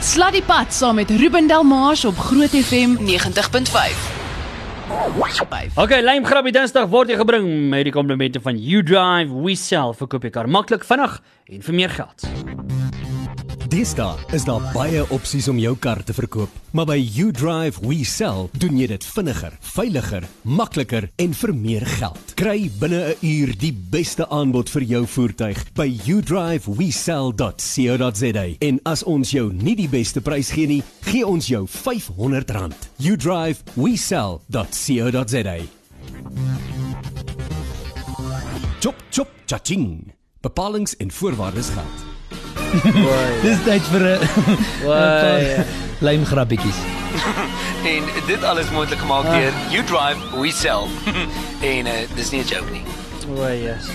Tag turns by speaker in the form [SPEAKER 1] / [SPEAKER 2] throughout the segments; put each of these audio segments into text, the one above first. [SPEAKER 1] Slat die pad saam met Ruben Delmars op Groot FM
[SPEAKER 2] 90.5.
[SPEAKER 3] Okay, Lime Grabbie Dinsdag word jy gebring met die komplimente van You Drive We Sell. Verkoop jou kar maklik, vinnig en vir meer geld.
[SPEAKER 4] Deesdae is daar baie opsies om jou kar te verkoop, maar by UDrive We Sell doen jy dit vinniger, veiliger, makliker en vir meer geld. Kry binne 'n uur die beste aanbod vir jou voertuig by udrivewesell.co.za. En as ons jou nie die beste prys gee nie, gee ons jou R500. udrivewesell.co.za. Chop chop chaching. Bepalings en voorwaardes geld.
[SPEAKER 5] Dis tyd vir 'n
[SPEAKER 3] Woai.
[SPEAKER 5] lym grappietjies. Ah.
[SPEAKER 2] En dit alles moontlik gemaak deur You Drive We Sell. en uh, dis nie 'n joke nie.
[SPEAKER 3] Woai, yes.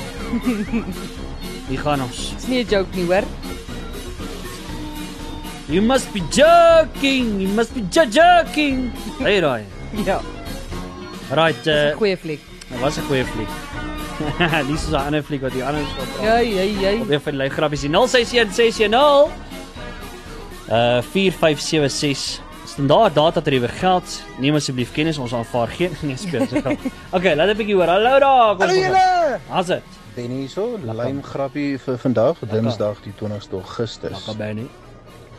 [SPEAKER 3] Hier gaan ons.
[SPEAKER 6] Dis nie 'n joke nie, hoor.
[SPEAKER 3] You must be joking. You must be jo- joking. Hey daai.
[SPEAKER 6] Ja,
[SPEAKER 3] Right, uh,
[SPEAKER 6] goeie fliek.
[SPEAKER 3] dit was 'n goeie fliek. Dis is 'n ander fliek wat die ander skop.
[SPEAKER 6] Ja, ja, ja.
[SPEAKER 3] Probeer vir die lui grappies. die 061610 uh 4576 Standaard data tariewe geld. Neem asseblief kennis, ons aanvaar geen nee speel se geld. Okay, laat 'n bietjie hoor. Hallo daar. Hallo julle. How's it?
[SPEAKER 7] Benny hierso, lyn grappie vir vandag, Dinsdag die 20ste Augustus.
[SPEAKER 3] Kom by nie.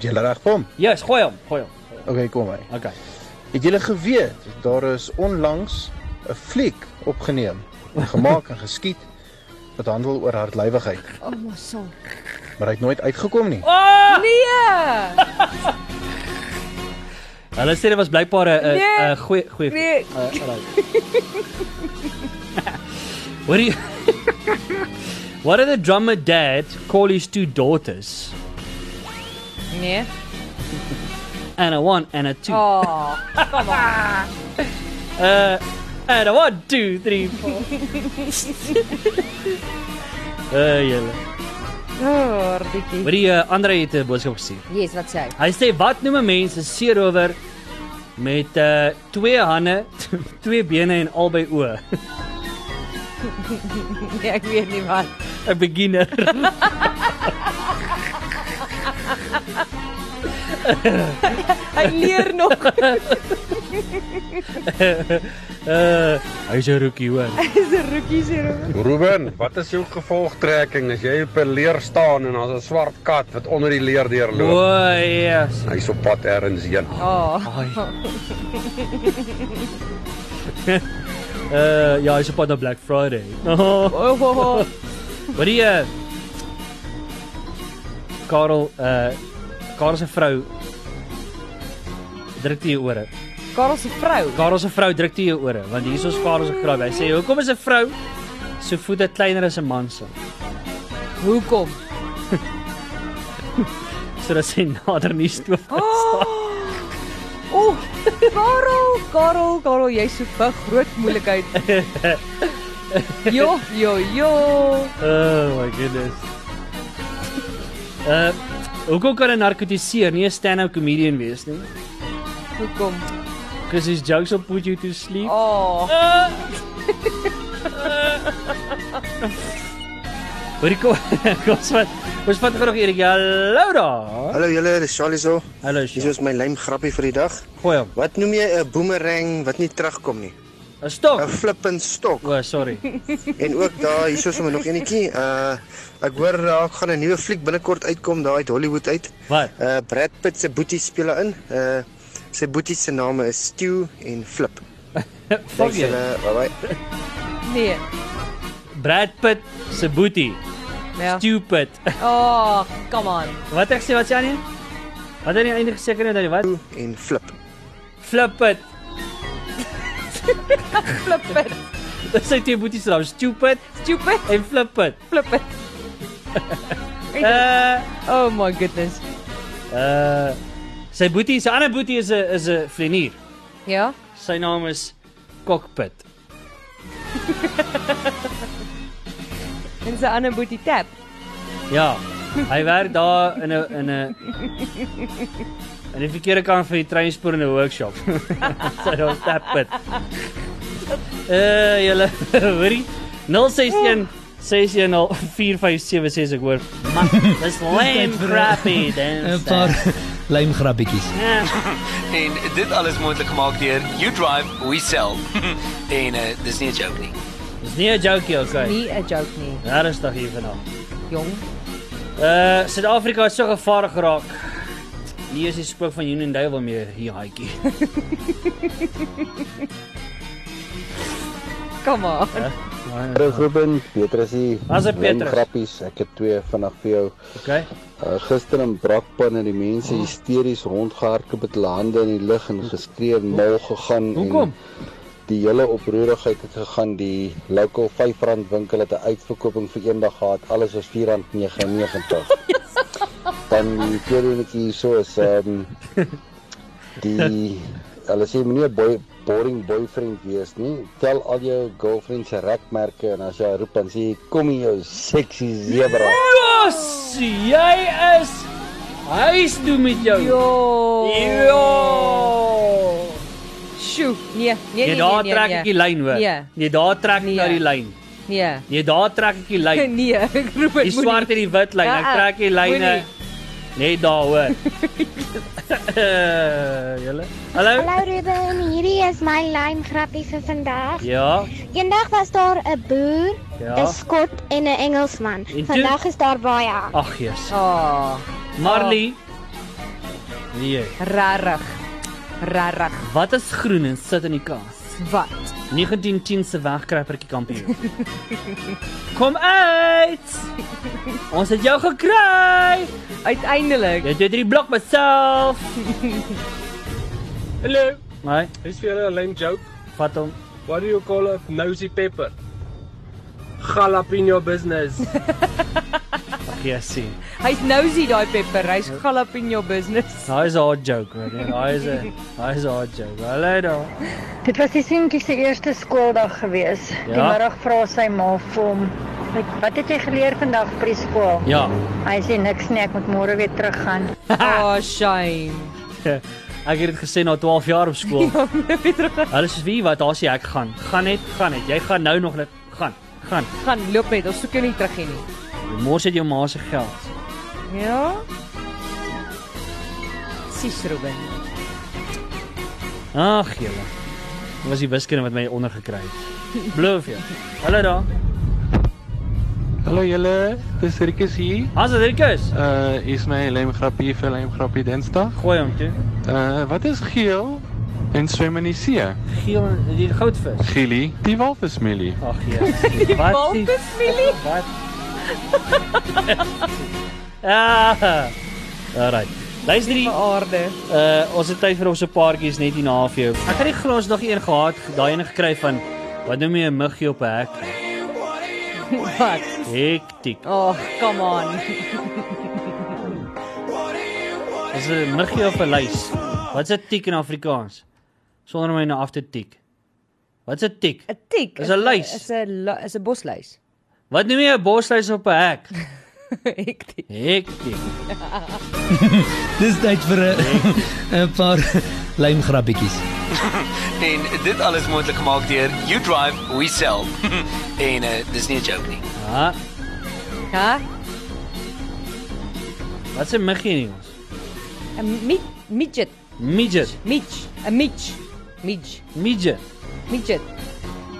[SPEAKER 7] Jy reg kom.
[SPEAKER 3] Yes, gooi hom, gooi hom.
[SPEAKER 7] Okay, kom hy.
[SPEAKER 3] Okay.
[SPEAKER 7] Het julle geweet daar is onlangs 'n fliek opgeneem, gemaak en geskiet wat handel oor hardlywigheid,
[SPEAKER 6] O, oh, mos so.
[SPEAKER 7] maar hy het nooit uitgekom nie.
[SPEAKER 3] Ah!
[SPEAKER 6] Nee!
[SPEAKER 3] Hulle sê Eh, dit was blykbaar 'n 'n
[SPEAKER 6] Nee.
[SPEAKER 3] 'n eh, goeie goeie
[SPEAKER 6] Nee.
[SPEAKER 3] Uh, alright. What do you What did the drummer dad call his two daughters?
[SPEAKER 6] Nee.
[SPEAKER 3] Anna 1 Anna 2.
[SPEAKER 6] Oh,
[SPEAKER 3] Uh, and a one, two, three, four. Uh, julle.
[SPEAKER 6] hardikie.
[SPEAKER 3] Wat die uh, Andre het 'n boodskap gestuur.
[SPEAKER 6] Yes, wat sê hy?
[SPEAKER 3] Hy sê wat noem 'n mens 'n seerower met uh twee hande, twee bene en albei oë?
[SPEAKER 6] Nee, ek weet nie wat.
[SPEAKER 3] 'n Beginner.
[SPEAKER 6] Hy leer nog.
[SPEAKER 3] Uh hy's 'n rookie hoor.
[SPEAKER 6] Dis 'n rookie serum.
[SPEAKER 8] Ruben, wat is jou gevolgtrekking as jy op 'n leer staan en daar's 'n swart kat wat onder die leer deurloop?
[SPEAKER 3] O, yes.
[SPEAKER 8] Hy's op pad ergens heen.
[SPEAKER 6] Oh,
[SPEAKER 3] Ai. uh ja, hy's op pad na Black Friday.
[SPEAKER 6] oh, oh, oh.
[SPEAKER 3] Wat die uh, Karel uh Karel se vrou druk toe jou ore.
[SPEAKER 6] Karel se vrou.
[SPEAKER 3] Karel se vrou druk toe jou ore want hier is ons Karel se graai. Hy sê hoekom is 'n vrou se voete kleiner as 'n man se?
[SPEAKER 6] Hoekom?
[SPEAKER 3] Sodat sy nader nie stoof.
[SPEAKER 6] Oh O, Karel, Karel, Karel, jy soek vir groot moeilikheid. Jo, jo, jo.
[SPEAKER 3] Oh my goodness. Uh hoekom kan 'n narkotiseer nie 'n stand-up comedian wees nie?
[SPEAKER 6] Hoekom?
[SPEAKER 3] Because his jokes will put you to sleep.
[SPEAKER 6] Oh,
[SPEAKER 3] Hoor ek kom wat ons vat gou nog hierdie hallo daar.
[SPEAKER 9] Hallo julle, dis Charlie so.
[SPEAKER 3] Hallo.
[SPEAKER 9] Hier is my lym grappie vir die dag.
[SPEAKER 3] Goeie hom.
[SPEAKER 9] Wat noem jy 'n boomerang wat nie terugkom nie?
[SPEAKER 3] 'n
[SPEAKER 9] 'n
[SPEAKER 3] Stok.
[SPEAKER 9] Flippend stok.
[SPEAKER 3] O, oh, sorry.
[SPEAKER 9] En ook daar, hier is sommer nog enetjie. Uh ek hoor daar gaan 'n nuwe fliek binnekort uitkom daar uit Hollywood uit.
[SPEAKER 3] Wat?
[SPEAKER 9] Uh Brad Pitt se boetie speel daarin. Uh sy boetie se name is Stew en Flip.
[SPEAKER 3] Fuck jy.
[SPEAKER 9] bye bye.
[SPEAKER 6] nee.
[SPEAKER 3] Brad Pitt se boetie.
[SPEAKER 6] Ja.
[SPEAKER 3] Stupid.
[SPEAKER 6] Oh, come on.
[SPEAKER 3] Wat ek sê wat sê aan nie? Wat het jy eintlik geseker net dat jy wat?
[SPEAKER 9] En Flip.
[SPEAKER 3] Flip it.
[SPEAKER 6] Flip it.
[SPEAKER 3] Dit sê jy boetie se naam stupid
[SPEAKER 6] Stupid.
[SPEAKER 3] en flip it.
[SPEAKER 6] Flip it.
[SPEAKER 3] Uh
[SPEAKER 6] Oh my goodness.
[SPEAKER 3] uh sy boetie, sy ander boetie is 'n is 'n vlenier.
[SPEAKER 6] Ja.
[SPEAKER 3] Sy naam is Cockpit.
[SPEAKER 6] En sy ander boetie tap.
[SPEAKER 3] Ja. Hy werk daar in 'n in 'n in die verkeerde kant van die treinspoor in 'n workshop. Sy daar stap pit. Eh, julle hoorie 061 6104576 ek hoor. Man, dis lame crappy dan. Ja,
[SPEAKER 5] 'n Paar Lame grappietjies.
[SPEAKER 2] Hmm. en dit alles moontlik gemaak deur You Drive We Sell. en uh, dis nie 'n joke nie.
[SPEAKER 3] Dis nie 'n jokie, okay.
[SPEAKER 6] Nie 'n joke nie,
[SPEAKER 3] Daar is tog hier vanaand.
[SPEAKER 6] jong.
[SPEAKER 3] Uh Suid-Afrika is so gevaarlik geraak. Nie is die spook van Union Duivel meer hier haaitjie.
[SPEAKER 6] Kom maar.
[SPEAKER 7] Ruben, Petrus hier.
[SPEAKER 3] Waar is Petrus?
[SPEAKER 7] Grappies, ek het twee vinnig vir jou.
[SPEAKER 3] Okay.
[SPEAKER 7] Uh, gister in Brakpan en die mense hysteries rondgehardloop met hulle hande in die lug en geskree en mal gegaan
[SPEAKER 3] Hoekom?
[SPEAKER 7] en die hele oproerigheid het gegaan die local R5 winkel het 'n uitverkoping vir eendag gehad alles was R4.99 dan die tweede netjie so is ehm die hulle sê moenie 'n boy boring boyfriend wees nie tel al jou girlfriend se rekmerke en as jy roep dan sê jy, kom hier jou sexy zebra
[SPEAKER 3] Kos, jy is huis doen met jou.
[SPEAKER 6] Nee, Jo.
[SPEAKER 3] Jo.
[SPEAKER 6] Sjoe, nee, nee,
[SPEAKER 3] Jy
[SPEAKER 6] nee. nee,
[SPEAKER 3] daar
[SPEAKER 6] nee,
[SPEAKER 3] trek
[SPEAKER 6] nee.
[SPEAKER 3] ek die lyn hoor.
[SPEAKER 6] Nee.
[SPEAKER 3] Jy daar trek ek
[SPEAKER 6] Nee.
[SPEAKER 3] nou die lyn.
[SPEAKER 6] Nee.
[SPEAKER 3] Jy daar trek ek die lyn.
[SPEAKER 6] Nee, ek roep
[SPEAKER 3] Die
[SPEAKER 6] dit
[SPEAKER 3] swart en die wit lyn. Ek
[SPEAKER 6] Ah, ah,
[SPEAKER 3] trek die lyne
[SPEAKER 6] moenie.
[SPEAKER 3] net daar hoor. Julle. Hallo.
[SPEAKER 10] Hallo Ruben, hierdie is my lyn grappie vir vandag.
[SPEAKER 3] Ja,
[SPEAKER 10] Eendag was daar 'n boer, 'n
[SPEAKER 3] ja.
[SPEAKER 10] skot en 'n Engelsman.
[SPEAKER 3] toe?
[SPEAKER 10] Vandag is daar baie.
[SPEAKER 3] Ag, Jesus.
[SPEAKER 6] Ah,
[SPEAKER 3] Marley. Nee.
[SPEAKER 6] rarig. Rarig.
[SPEAKER 3] Wat is groen en sit in die kaas?
[SPEAKER 6] Wat?
[SPEAKER 3] 1910 se wegkruipertjie kampioen. Kom uit! Ons het jou gekry.
[SPEAKER 6] Uiteindelik.
[SPEAKER 3] Jy het hierdie blok myself.
[SPEAKER 8] Hallo,
[SPEAKER 3] Nee,
[SPEAKER 8] is vir julle 'n lame joke.
[SPEAKER 3] vat hom.
[SPEAKER 8] What do you call a nosy pepper? Jalapeno business.
[SPEAKER 3] Ag, Jessie.
[SPEAKER 6] Hy's nosy daai pepper. Hy's galop in your business.
[SPEAKER 3] Daai is 'n hard joke, hoor. Nee, Daai is 'n daai is 'n hard joke. Hallo daar.
[SPEAKER 10] Dit was die seentjie se eerste skooldag gewees. Die
[SPEAKER 3] Ja.
[SPEAKER 10] middag vra sy ma vir hom, "Wat het jy geleer vandag by die skool?"
[SPEAKER 3] Ja.
[SPEAKER 10] Hy sê niks nie, ek moet môre weer teruggaan.
[SPEAKER 6] Ah, shame.
[SPEAKER 3] Ek het dit gesê na 12 jaar op skool.
[SPEAKER 10] Ja,
[SPEAKER 3] Hulle sê wie wat daar sê ek gaan. Gaan net, gaan net. Jy gaan nou nog net gaan. Gaan.
[SPEAKER 6] Gaan loop net. Ons soek jou nie terug hier nie.
[SPEAKER 3] Jy mors dit jou ma se geld.
[SPEAKER 6] Ja. Sis Ruben.
[SPEAKER 3] Ag, julle. Dit was die wiskunde wat my ondergekry het. Bloof jou. Hallo daar.
[SPEAKER 8] Hallo julle, dis Rikus hier.
[SPEAKER 3] Hans Hendrikus.
[SPEAKER 8] Uh is my lame grappie vir lame grappie Dinsdag.
[SPEAKER 3] Gooi hom toe.
[SPEAKER 8] Uh wat is geel en swem in die see?
[SPEAKER 3] Giel die goudvis.
[SPEAKER 8] Gili, die walvismelie.
[SPEAKER 3] Ag, Jesus. Wat die
[SPEAKER 6] Walvisfilie.
[SPEAKER 3] wat? ah. Alraai. Luister hier.
[SPEAKER 6] Aarde.
[SPEAKER 3] Uh ons het tyd vir ons 'n paartjies net hierna vir jou. Ek het die glas nog een gehad, daai een gekry van wat noem jy 'n muggie op 'n hek?
[SPEAKER 6] Wat?
[SPEAKER 3] Hektiek.
[SPEAKER 6] Oh, come on.
[SPEAKER 3] Dis 'n muggie op 'n lys. Wat's 'n tiek in Afrikaans? Sonder om my nou af te tik. Wat's 'n tik?
[SPEAKER 6] 'n Tik.
[SPEAKER 3] Is 'n lys.
[SPEAKER 6] Is 'n lu- is 'n bosluis.
[SPEAKER 3] Wat noem jy 'n bosluis op 'n hek?
[SPEAKER 6] Ek tik.
[SPEAKER 3] Hektiek.
[SPEAKER 5] Dis tyd vir 'n 'n paar lame grappietjies.
[SPEAKER 2] En dit alles moontlik gemaak deur You Drive We Sell. en uh, dis nie 'n joke nie.
[SPEAKER 3] Ah,
[SPEAKER 6] Ha?
[SPEAKER 3] wat's 'n muggie in Engels?
[SPEAKER 6] 'n mid midget.
[SPEAKER 3] Midget.
[SPEAKER 6] Midge. 'n midge. Midge.
[SPEAKER 3] Midget.
[SPEAKER 6] Midget.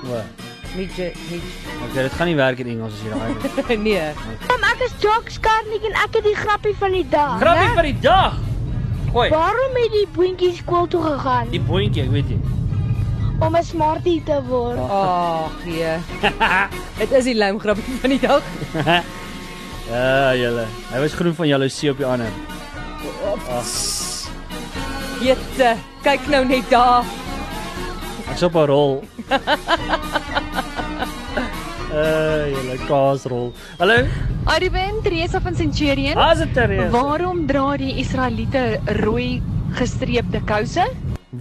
[SPEAKER 3] Wat?
[SPEAKER 6] Midget. Midge.
[SPEAKER 3] Okay, dit gaan nie werk in Engels as jy daai.
[SPEAKER 6] nee.
[SPEAKER 10] Kom, ek is Jacques Karnik en ek het die grappie van die dag.
[SPEAKER 3] Grappie vir die dag. Gooi.
[SPEAKER 10] Waarom het die boentjie skool toe gegaan
[SPEAKER 3] Die boontjie, ek weet jy.
[SPEAKER 10] om 'n smartie te word?
[SPEAKER 6] Ag, nee. Dit is die lame grappie van die dag.
[SPEAKER 3] Ja, julle. Hy was groen van jaloesie op die ander.
[SPEAKER 6] Jette, kyk nou net daar.
[SPEAKER 3] Ek's op 'n rol. Uh, julle kaasrol. Hallo.
[SPEAKER 10] Arwen Teresa van Centurion.
[SPEAKER 3] Haas dit terreus.
[SPEAKER 10] Waarom dra die Israeliete rooi gestreepte kouse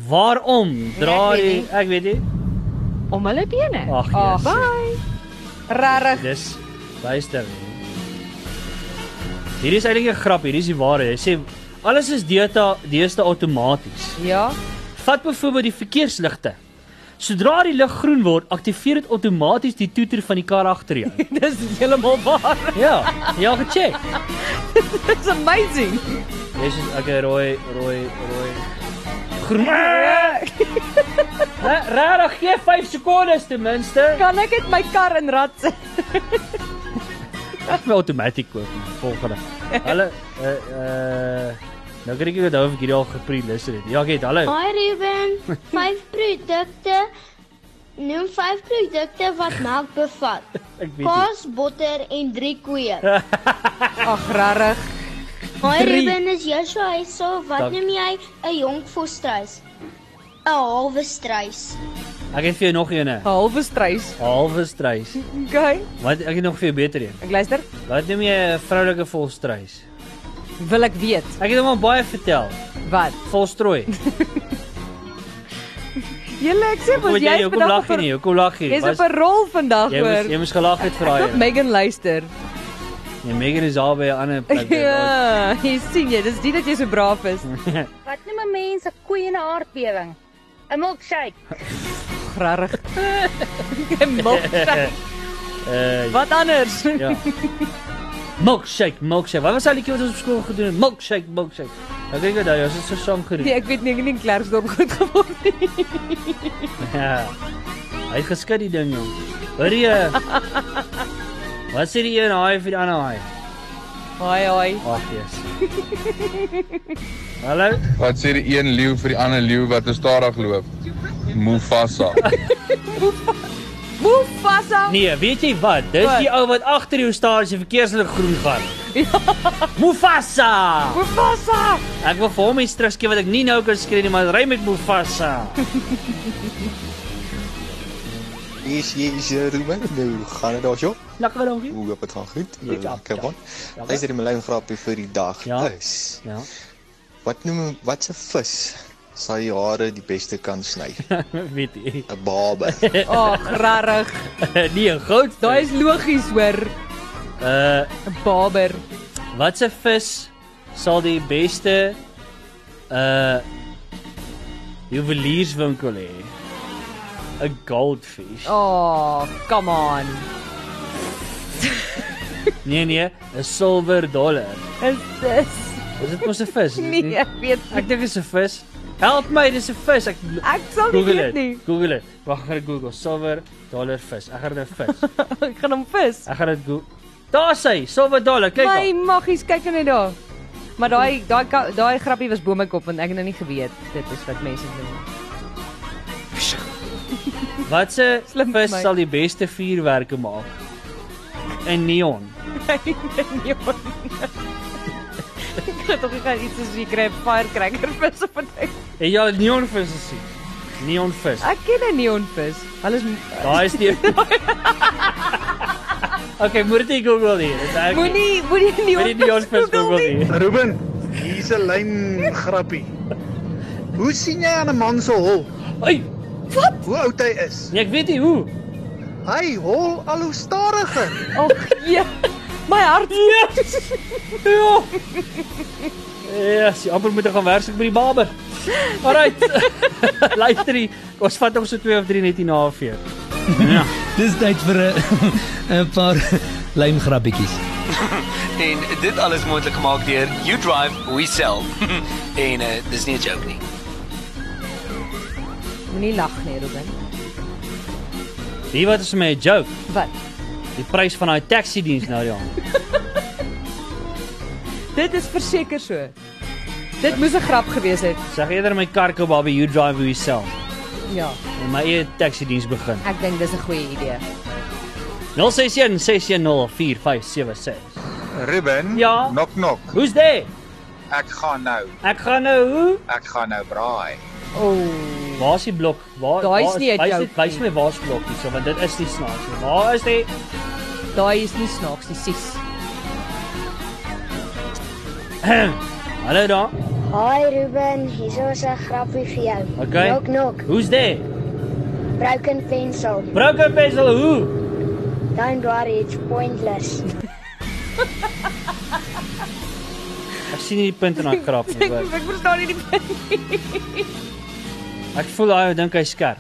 [SPEAKER 3] Waarom dra jy?
[SPEAKER 10] Ek weet nie. Ah,
[SPEAKER 3] Ek weet nie.
[SPEAKER 10] om hulle bene?
[SPEAKER 3] Ag,
[SPEAKER 6] Ag,
[SPEAKER 3] Jesus.
[SPEAKER 6] Rarig.
[SPEAKER 3] Dis luister. Hier is eintlik 'n grap, hier is die ware. Hy sê alles is data deesdae outomaties.
[SPEAKER 6] Ja.
[SPEAKER 3] Vat byvoorbeeld die verkeersligte. Sodra die lig groen word, aktiveer dit outomaties die toeter van die kar agter jou.
[SPEAKER 6] Dis heeltemal waar.
[SPEAKER 3] Ja, ja gecheck.
[SPEAKER 6] It's amazing.
[SPEAKER 3] Dis is okay, rooi, rooi, rooi. Groen. Rarig, gee 5 sekondes ten minste.
[SPEAKER 6] Kan ek dit my kar in rad sit?
[SPEAKER 3] Ek wil outomaties koop die volgende. Hallo eh eh nou kry ek dit oor hierdie al gepreluister het. Ja, gee, hallo.
[SPEAKER 10] Hi Ruben, vyf produkte. Noem vyf produkte wat melk bevat.
[SPEAKER 3] Ek weet nie.
[SPEAKER 10] Kaas, botter en drie koeie.
[SPEAKER 6] Ag, rarig.
[SPEAKER 10] Hi
[SPEAKER 6] Drie.
[SPEAKER 10] Ruben, is Joshua hierso? Wat
[SPEAKER 3] Dank.
[SPEAKER 10] noem jy 'n jonk volstruis? 'n Halwe struis.
[SPEAKER 3] Ek het vir jou nog een. 'n
[SPEAKER 6] Halwe struis.
[SPEAKER 3] Halwe struis.
[SPEAKER 6] Okay.
[SPEAKER 3] Wat ek het nog vir jou beter een.
[SPEAKER 6] Ek luister.
[SPEAKER 3] Wat noem jy 'n vroulike volstruis?
[SPEAKER 6] Wil ek weet
[SPEAKER 3] Ek het hom al baie vertel.
[SPEAKER 6] wat?
[SPEAKER 3] Volstrooi.
[SPEAKER 6] Julle ek sê mos
[SPEAKER 3] Moet
[SPEAKER 6] jy's
[SPEAKER 3] jy hoekom lag jy nie? Hoekom lag jy?
[SPEAKER 6] Jy's op
[SPEAKER 3] Was-
[SPEAKER 6] 'n rol vandag
[SPEAKER 3] Jy moes jy
[SPEAKER 6] hoor.
[SPEAKER 3] moes gelag het vir
[SPEAKER 6] Stop
[SPEAKER 3] daai.
[SPEAKER 6] Megan luister.
[SPEAKER 3] Nee, Megan is al by 'n ander plek. by-
[SPEAKER 6] Ja, jy sien jy, dis nie dat jy so braaf is.
[SPEAKER 11] Wat noem 'n mens 'n koei en 'n aardbewing? 'n Milkshake.
[SPEAKER 6] Grarig. Milkshake.
[SPEAKER 3] Eh,
[SPEAKER 6] Wat anders?
[SPEAKER 3] Ja. Milkshake, milkshake. Wat was daai liedjie wat ons op skool gedoen het? Milkshake, milkshake. Ek dink dat jy so sang gedoen.
[SPEAKER 6] Nee, ek weet nie ek het nie in Klerksdorp goed geword nie.
[SPEAKER 3] Ja. Hy het geskit die ding jong. Hoor jy? Wat sê die een haai vir die ander haai?
[SPEAKER 6] Haai haai.
[SPEAKER 3] Ag yes. Hallo.
[SPEAKER 8] Wat sê die een leeu vir die ander leeu wat te stadig loop? Mufasa.
[SPEAKER 6] Mufasa.
[SPEAKER 3] Nee, weet jy wat? Dis
[SPEAKER 6] Wat?
[SPEAKER 3] die ou wat agter jou staar as die verkeerslig groen gaan. Mufasa.
[SPEAKER 6] Mufasa.
[SPEAKER 3] Ek wil vir hom iets teruggee wat ek nie nou kan skree nie, maar ry met Mufasa.
[SPEAKER 7] Is jy is jy Ruben? Nou gaan dit daarso.
[SPEAKER 3] Lekker dankie.
[SPEAKER 7] Hoe hoop dit gaan goed. Eh,
[SPEAKER 3] Ja, ja,
[SPEAKER 7] Lekker man.
[SPEAKER 3] ja.
[SPEAKER 7] Dis die Malay grappie vir die dag. Ja. Is.
[SPEAKER 3] Ja.
[SPEAKER 7] Wat noem wat se vis sal die hare die beste kan sny?
[SPEAKER 3] Weet jy.
[SPEAKER 7] 'n Babe.
[SPEAKER 6] Ag, rarig.
[SPEAKER 3] nee, goud.
[SPEAKER 6] Daai is logies hoor.
[SPEAKER 3] Uh
[SPEAKER 6] Barber.
[SPEAKER 3] Watse vis sal die beste uh juwelierswinkel hê? 'n Goldfish.
[SPEAKER 6] Oh, come on.
[SPEAKER 3] Nee nee, 'n silwer dollar.
[SPEAKER 6] Is dis
[SPEAKER 3] Is dit mos 'n vis? Is dit
[SPEAKER 6] Nee,
[SPEAKER 3] nie?
[SPEAKER 6] ek weet nie.
[SPEAKER 3] Ek dink dit is 'n vis. Help my, dis 'n vis. Ek
[SPEAKER 6] Ek sal nie
[SPEAKER 3] Google dit.
[SPEAKER 6] weet nie.
[SPEAKER 3] Google dit. Wag, ek gaan dit Google silwer dollar vis. Ek gaan dit vis.
[SPEAKER 6] ek gaan hom vis.
[SPEAKER 3] Ek gaan dit Google. Daar's hy, silwer dollar. Kyk
[SPEAKER 6] My
[SPEAKER 3] al.
[SPEAKER 6] maggies, kyk nou net daar. Maar daai daai ka- daai grappie was bomekop want ek het nou nie geweet dit is wat mense doen.
[SPEAKER 3] Watse vis
[SPEAKER 6] my.
[SPEAKER 3] sal die beste vuurwerke maak? 'n Neon.
[SPEAKER 6] Kyk net nie. Ja. Ek het ook gegaan iets soos jy kry firecracker vis op 'n ding.
[SPEAKER 3] Het jy al neonvis gesien? Neonvis.
[SPEAKER 6] Ek ken 'n neonvis. Alles
[SPEAKER 3] Daai is die Okay, moet dit nie Google nie. Dit is ek.
[SPEAKER 6] Moenie moenie
[SPEAKER 3] Moet die neonvis Google nie.
[SPEAKER 12] Ruben, hier's 'n lyn grappie. Hoe sien jy aan 'n man se hol?
[SPEAKER 3] Ai,
[SPEAKER 12] wat? Hoe oud hy is?
[SPEAKER 3] Nee, ek weet nie hoe.
[SPEAKER 12] Hy hol al hoe stadiger.
[SPEAKER 6] Ag, ja. My hart.
[SPEAKER 3] Yes. Ja. Ja, sy amper moet gaan werk soek by die barber. Alrite. Luister, hier, ons vat nog so 2 of 3 net hier na vir. Ja.
[SPEAKER 13] Dis tyd vir 'n 'n paar lymgrappietjies.
[SPEAKER 2] en dit alles moontlik gemaak deur You Drive We Sell. en uh, dis nie 'n joke nie.
[SPEAKER 6] Moenie lag nie, Ruben.
[SPEAKER 3] Hier wat is my joke?
[SPEAKER 6] Wat?
[SPEAKER 3] Die prys van daai taxi diens nou ja.
[SPEAKER 6] Dit is verseker so. Dit moes 'n grap gewees het.
[SPEAKER 3] Sag eerder my kar koop by you drive hoe self.
[SPEAKER 6] Ja,
[SPEAKER 3] En my eie taxi diens begin.
[SPEAKER 6] ek dink dis 'n goeie idee.
[SPEAKER 3] 061 610 4576.
[SPEAKER 14] Ruben.
[SPEAKER 3] Ja.
[SPEAKER 14] Knock knock.
[SPEAKER 3] Who's there?
[SPEAKER 14] Ek gaan nou.
[SPEAKER 3] Ek gaan nou hoe?
[SPEAKER 14] Ek gaan nou braai.
[SPEAKER 6] O.
[SPEAKER 3] Waar is die blok? Waar
[SPEAKER 6] Daai is
[SPEAKER 3] waar
[SPEAKER 6] nie 'n
[SPEAKER 3] wys
[SPEAKER 6] joke
[SPEAKER 3] dit- Wys my waar se blok is, so, want dit is nie snaaks nie. Waar is die
[SPEAKER 6] Daai is nie snaaks nie, sies.
[SPEAKER 3] Hallo daar.
[SPEAKER 10] Hi Ruben, hierso is 'n grappie vir jou.
[SPEAKER 3] Okay.
[SPEAKER 10] Knock knock.
[SPEAKER 3] Who's there?
[SPEAKER 10] Broken pencil.
[SPEAKER 3] Broken pencil who?
[SPEAKER 10] Don't worry, it's pointless.
[SPEAKER 3] Ek sien nie die punt in daai grap nie. hoor.
[SPEAKER 6] Ek verstaan nie die punt nie.
[SPEAKER 3] Ek voel daai ou dink hy skerp.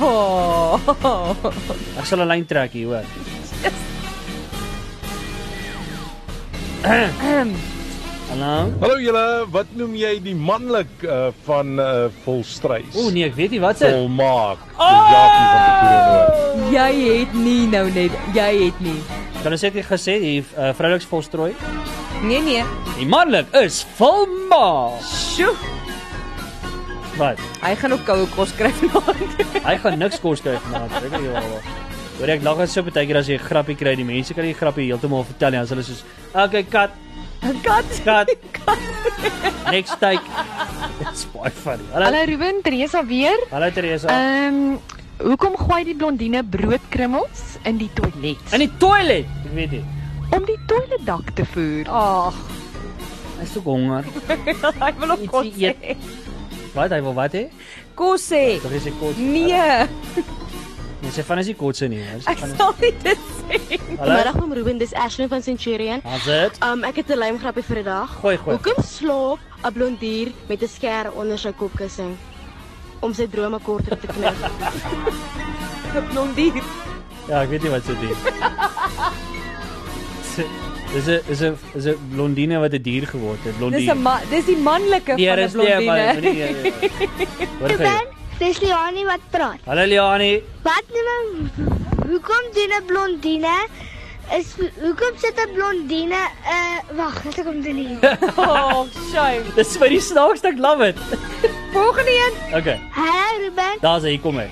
[SPEAKER 6] Oh.
[SPEAKER 3] Ek sal 'n lyn trek hier, hoor.
[SPEAKER 6] Ehm,
[SPEAKER 3] Hallo.
[SPEAKER 8] Hallo julle, wat noem jy die manlik uh, van uh, volstrys?
[SPEAKER 3] O nee, ek weet nie wat se.
[SPEAKER 8] Volmaak. Oh! Jackie van die Kroonhof.
[SPEAKER 6] Jy het nie nou net, jy het nie.
[SPEAKER 3] Dan is dit gesê die uh, vrouliks volstrooi.
[SPEAKER 6] Nee nee.
[SPEAKER 3] Die manlik is volmaak.
[SPEAKER 6] Sjoe.
[SPEAKER 3] Wat?
[SPEAKER 6] Hy gaan ook koue kos kry vanaand.
[SPEAKER 3] Hy gaan niks kos kry vanaand. Ek weet nie waar. Hoor ek lag net so baie keer as jy 'n grappie kry, die mense kan die grappie heeltemal vertel nie, as hulle soos, "Okay, kat."
[SPEAKER 6] Kat.
[SPEAKER 3] Kat. Next take. It's baie funny.
[SPEAKER 15] Hallo
[SPEAKER 3] Hallo.
[SPEAKER 15] Ruben, Teresa weer.
[SPEAKER 3] Hallo
[SPEAKER 6] Ja. Eh.
[SPEAKER 3] Teresa.
[SPEAKER 15] Ehm hoekom gooi die blondine broodkrummels in die toilet?
[SPEAKER 3] In die toilet. Ek weet nie.
[SPEAKER 15] Om die toiletdak te voer.
[SPEAKER 6] Ag,
[SPEAKER 3] Hy's ook honger.
[SPEAKER 6] hy wil ook kos hê.
[SPEAKER 3] Wat hy wil wat hê?
[SPEAKER 6] Kos hê.
[SPEAKER 3] Tog is hy kort.
[SPEAKER 6] Nee,
[SPEAKER 3] Nee, sy van is nie kort nie. hoor. Sy
[SPEAKER 16] Ek
[SPEAKER 3] van is.
[SPEAKER 16] sal nie dit sê.
[SPEAKER 3] Hallo?
[SPEAKER 16] Middag oom Ruben, dis Ashley van Centurion.
[SPEAKER 3] As dit
[SPEAKER 16] Um ek het 'n lym grappie vir die dag.
[SPEAKER 3] Gooi, gooi.
[SPEAKER 16] Hoekom slaap 'n blondier met 'n skêr onder sy kopkussing om sy drome korter te knip?
[SPEAKER 6] 'n blondier.
[SPEAKER 3] Ja, ek weet nie wat sy doen. Sy- Dis 'n is 'n is 'n blondine wat 'n dier geword het. Blondine.
[SPEAKER 6] dis 'n man, dis die manlike
[SPEAKER 3] Nee,
[SPEAKER 6] van 'n
[SPEAKER 3] dis nie, maar-
[SPEAKER 6] blondine.
[SPEAKER 3] nee, nee, Hoor jy?
[SPEAKER 10] Dis Leonie wat praat.
[SPEAKER 3] Hallo Liani.
[SPEAKER 10] Wat noem hoekom doen 'n blondine is hoekom sit 'n blondine 'n uh, wag, ek kom dit nie.
[SPEAKER 3] oh,
[SPEAKER 6] shame.
[SPEAKER 3] Dis vir die snaakste ek love it.
[SPEAKER 10] Volgende een.
[SPEAKER 3] Okay.
[SPEAKER 10] Hallo Ruben,
[SPEAKER 3] Daar's hy, kom hy.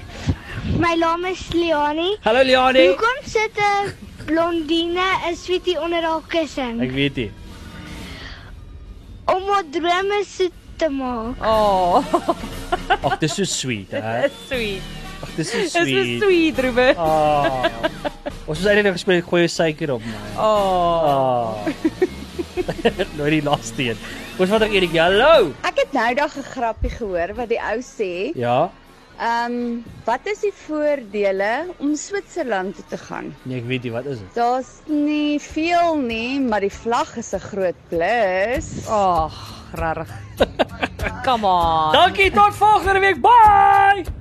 [SPEAKER 10] my naam is Leonie.
[SPEAKER 3] Hallo Leonie.
[SPEAKER 10] Hoekom sit 'n blondine 'n sweetie onder haar kussing
[SPEAKER 3] Ek weet nie.
[SPEAKER 10] om haar drome soet te maak?
[SPEAKER 6] Oh,
[SPEAKER 3] Ag, dis so sweet, hè.
[SPEAKER 6] dis sweet.
[SPEAKER 3] Ag, dis so
[SPEAKER 6] Dis so
[SPEAKER 3] sweet.
[SPEAKER 6] sweet, Ruben.
[SPEAKER 3] Ah. Ons het eintlik gespreek gooi jou suiker op my.
[SPEAKER 6] Oh.
[SPEAKER 3] Ah. nou die laaste een. Ons vat ek Erik. Hallo.
[SPEAKER 17] Ek het nou daag 'n grappie gehoor wat die ou sê.
[SPEAKER 3] Ja,
[SPEAKER 17] Ehm, wat is die voordele om Switserland toe te gaan?
[SPEAKER 3] nee, ek weet nie wat is dit.
[SPEAKER 17] Daar's nie veel nie, maar die vlag is 'n groot plus.
[SPEAKER 6] Ag, rarig. oh, Come on.
[SPEAKER 3] Dankie tot volgende week. Bye.